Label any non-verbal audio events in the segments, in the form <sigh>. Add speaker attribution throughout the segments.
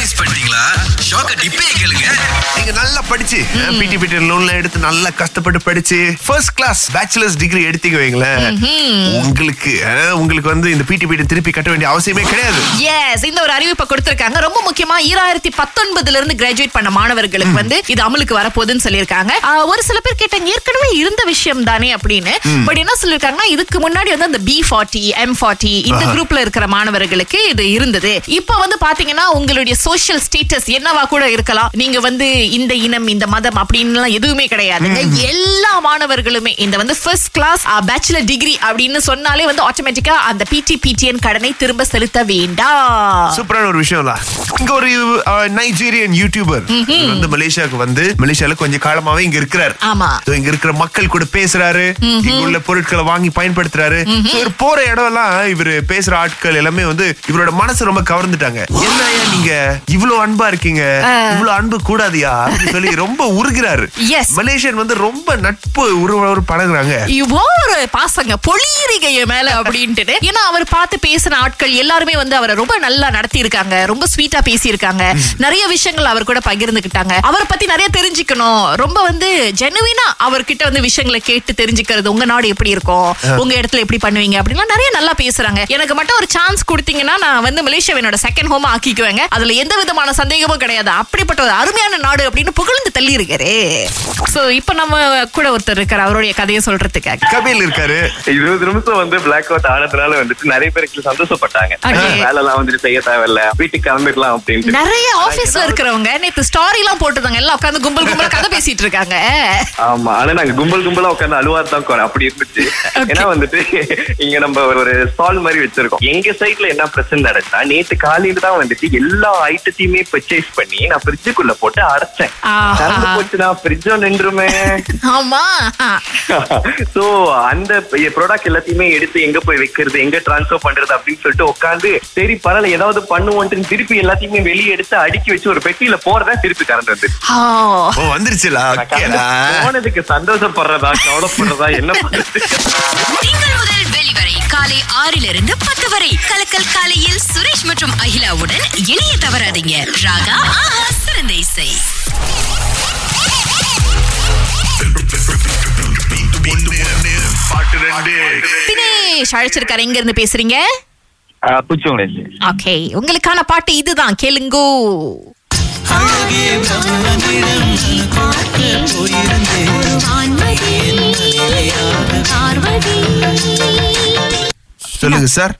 Speaker 1: Miss பண்ணிட்டீங்களா ஷாக்க டிப்பே கேளுங்க
Speaker 2: நீங்க நல்லா படிச்சு பிடி பிடி லோன்ல எடுத்து நல்லா கஷ்டப்பட்டு படிச்சு ஃபர்ஸ்ட் கிளாஸ் பேச்சுலர்ஸ் டிகிரி எடுத்தீங்க வைங்களேன் உங்களுக்கு அஹ், உங்களுக்கு வந்து இந்த பிடி பிடி திருப்பி கட்ட வேண்டிய அவசியமே கிடையாது
Speaker 3: எஸ் இந்த ஒரு அறிவிப்பை கொடுத்திருக்காங்க ரொம்ப முக்கியமா ஈராயிரத்தி பத்தொன்பதுல இருந்து கிராஜுவேட் பண்ண மாணவர்களுக்கு வந்து இது அமலுக்கு வரப்போகுதுன்னு சொல்லியிருக்காங்க ஆஹ், ஒரு சில பேர் கேட்டாங்க ஏற்கனவே இருந்த விஷயம் தானே அப்படின்னு பட் என்ன சொல்லியிருக்காங்கன்னா இதுக்கு முன்னாடி வந்து அந்த பி ஃபார்ட்டி எம் ஃபார்ட்டி இந்த குரூப்ல இருக்கிற மாணவர்களுக்கு இது இருந்தது இப்போ வந்து பாத்தீங்கன்னா உங்களுடைய சோஷியல் ஸ்டேட்டஸ் என்னவா கூட இருக்கலாம் நீங்க வந்து இந்த இனம் இந்த மதம் அப்படின்னுலாம் எதுவுமே கிடையாதுங்க எல்லா மாணவர்களுமே இந்த வந்து ஃபர்ஸ்ட் கிளாஸ் பேச்சுலர் டிகிரி அப்படின்னு சொன்னாலே வந்து ஆட்டோமேட்டிக்கா அந்த பிடி பிடிஎன் கடனை திரும்ப செலுத்த வேண்டாம்
Speaker 2: சூப்பரான ஒரு விஷயம்ல இங்க ஒரு அஹ், நைஜீரியன் யூடியூபர் இவர் வந்து மலேசியாவுக்கு வந்து மலேசியால கொஞ்சம் காலமாவே இங்க இருக்கிறாரு
Speaker 3: ஆமா.
Speaker 2: So, இங்க இருக்கிற மக்கள் கூட பேசுறாரு இங்க உள்ள பொருட்களை வாங்கி பயன்படுத்துறாரு So, இவர் போற இடம் எல்லாம் இவர் பேசுற ஆட்கள் எல்லாமே வந்து இவரோட மனசு ரொம்ப கவர்ந்துட்டாங்க என்ன நீங்க இவ்வளவு அன்பா இருக்கீங்க இவ்வளவு அன்பு கூடாதியா அப்படின்னு சொல்லி ரொம்ப உருகிறாரு
Speaker 3: Yes.
Speaker 2: மலேசியன் வந்து ரொம்ப நட்பு உருவ பழகுறாங்க
Speaker 3: இவ்வளோ ஒரு பாசங்க பொழியிறீங்க என் மேல அப்படின்ட்டு ஏன்னா அவர் பார்த்து பேசின ஆட்கள் எல்லாருமே வந்து அவரை ரொம்ப நல்லா நடத்தி இருக்காங்க ரொம்ப ஸ்வீட்டா பேசி இருக்காங்க நிறைய விஷயங்கள் அவர் கூட பகிர்ந்துக்கிட்டாங்க அவரை பத்தி நிறைய தெரிஞ்சுக்கணும் ரொம்ப வந்து ஜெனுவினா அவர்கிட்ட வந்து விஷயங்களை கேட்டு தெரிஞ்சுக்கிறது உங்க நாடு எப்படி இருக்கும் உங்க இடத்துல எப்படி பண்ணுவீங்க அப்படின்லாம் நிறைய நல்லா பேசுறாங்க எனக்கு மட்டும் ஒரு சான்ஸ் கொடுத்தீங்கன்னா நான் வந்து மலேசியா என்னோட செகண்ட் ஹோமா ஆக்கிக்குவேங்க அதுல எந்த விதமான சந்தேகமும் கிடையாது அப்படிப்பட்ட ஒரு அருமையான நாடு அப்படின்னு புகழ்ந்து தள்ளி இருக்காரு சோ இப்ப நம்ம கூட ஒருத்தர் இருக்காரு அவருடைய கதையை சொல்றதுக்காக
Speaker 2: கபில் இருக்காரு
Speaker 4: இருபது நிமிஷம் வந்து பிளாக் அவுட் ஆனதுனால வந்துட்டு நிறைய பேருக்கு சந்தோஷப்பட்டாங்க
Speaker 3: Okay.
Speaker 4: வேலை எல்லாம் வந்துட்டு செய்ய தேவையில்ல வீட்டுக்கு கிளம்பிடலாம் அப்படின்ட்டு
Speaker 3: நிறைய ஆபீஸ்ல இருக்கிறவங்க நேத்து ஸ்டாரி எல்லாம் போட்டிருந்தாங்க எல்லாம் உட்காந்து கும்பல் கும்பலா கதை பேசிட்டு இருக்காங்க
Speaker 4: ஆமா ஆனா நாங்க கும்பல் கும்பலா உட்கார்ந்து அழுவாதான் குறை அப்படி இருந்துச்சு ஏன்னா வந்துட்டு இங்க நம்ம ஒரு- ஒரு ஸ்டால் மாதிரி வச்சிருக்கோம் எங்க சைட்ல என்ன பிரச்சனை நடந்தா நேத்து காலையில தான் வந்துட்டு எல்லா ஐட்டத்தையுமே பர்ச்சேஸ் பண்ணி நான் ஃப்ரிட்ஜுக்குள்ள போட்டு அடைச்சேன்
Speaker 3: ஆஹா.
Speaker 4: திறந்து போச்சுன்னா ஃப்ரிட்ஜோ நின்றுமே
Speaker 3: ஆமா
Speaker 4: <laughs> சோ அந்த ப்ராடக்ட் எல்லாத்தையுமே எடுத்து எங்க போய் வைக்கிறது எங்க டிரான்ஸ்ஃபர் பண்றது அப்படின்னு சொல்லிட்டு உட்காந்து சரி பரவாயில்ல ஏதாவது பண்ணுவோன்ட்டு திருப்பி எல்லாத்தையுமே வெளியே எடுத்து அடுக்கி வச்சு ஒரு பெட்டியில போறதா திருப்பி கறந்து வந்து
Speaker 3: ஆ.
Speaker 2: ஓ வந்துருச்சுலா ஓகேடா.
Speaker 4: போனதுக்கு சந்தோஷப்படுறதா கவலைப்படுறதா என்ன பண்றது
Speaker 5: திங்கள் முதல் வெளிவரை காலை ஆறிலிருந்து பத்து வரை கலக்கல் காலையில் சுரேஷ் மற்றும் அகிலாவுடன் இணைய தவறாதீங்க ராகா ஆஹா சிறந்த இசை
Speaker 3: தினேஷ் அழைச்சிருக்காரு எங்க இருந்து பேசுறீங்க
Speaker 4: புடிச்சவங்களே
Speaker 3: ஓகே உங்களுக்கான பாட்டு இதுதான் கேளுங்கோ
Speaker 2: சொல்லுங்க சார்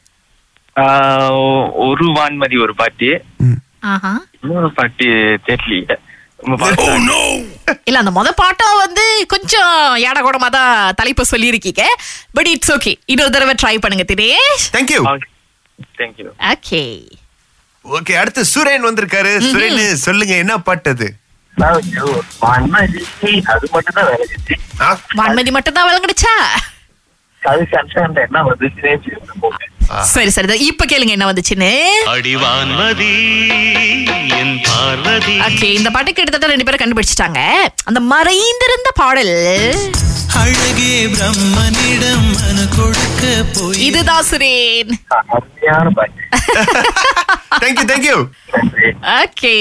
Speaker 4: ஒரு வான்மதி ஒரு பாட்டி
Speaker 3: ஆஹா
Speaker 4: இன்னொரு பாட்டி தெரியல நம்ம பாட்டு-
Speaker 3: இல்ல அந்த முத பாட்டம் வந்து கொஞ்சம் ஏட கூடமா தான் தலைப்பு சொல்லியிருக்கீங்க பட் இட்ஸ் ஓகே இன்னொரு தடவை ட்ரை பண்ணுங்க Dinesh
Speaker 2: thank you
Speaker 4: Okay. Thank you.
Speaker 3: Okay
Speaker 2: okay அடுத்து சுரேன் வந்திருக்காரு சுரேன் சொல்லுங்க என்ன பாட்டு அது
Speaker 4: அது மட்டும் தான் வேலை செஞ்சு
Speaker 2: ஆ?
Speaker 3: வான்மதி மட்டும் தான் விளங்குடுச்சா
Speaker 4: அது சம்சம் என்ன வந்துச்சுன்னே
Speaker 3: சரி சரி இதோ இப்ப கேளுங்க என்ன வந்துச்சுன்னு
Speaker 6: அடிவான்மதி என் பார்வதி
Speaker 3: ஓகே இந்த பாட்டு கிட்டத்தட்ட ரெண்டு பேரும் கண்டுபிடிச்சிட்டாங்க அந்த மறைந்திருந்த பாடல்
Speaker 7: அழகே பிரம்மனிடம் மனு கொடுக்க போய்
Speaker 3: இதுதான் சுரேன்
Speaker 4: அருமையான பாட்டு
Speaker 2: தேங்க்யூ தேங்க்யூ
Speaker 3: ஓகே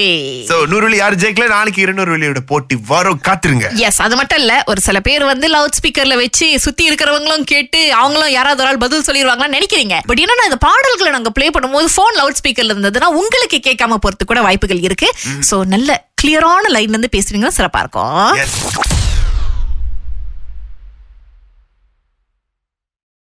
Speaker 2: சோ நூறு வெள்ளி யார் ஜெயிக்கல நாளைக்கு இருநூறு வெள்ளியோட போட்டி வரும் காத்துருங்க
Speaker 3: எஸ் அது மட்டும் இல்ல ஒரு சில பேர் வந்து லவுட் ஸ்பீக்கர்ல வச்சு சுத்தி இருக்கிறவங்களும் கேட்டு அவங்களும் யாராவது ஒரு ஆள் பதில் சொல்லிடுவாங்களான்னு நினைக்கிறீங்க பட் என்னன்னா இந்த பாடல்களை நாங்க ப்ளே பண்ணும்போது ஃபோன் லவுட் ஸ்பீக்கர்ல இருந்ததுன்னா உங்களுக்கு கேட்காம போறது கூட வாய்ப்புகள் இருக்கு சோ நல்ல கிளியரான லைன்ல இருந்து பேசுறீங்கன்னா சிறப்பா இருக்கும்
Speaker 2: Yes.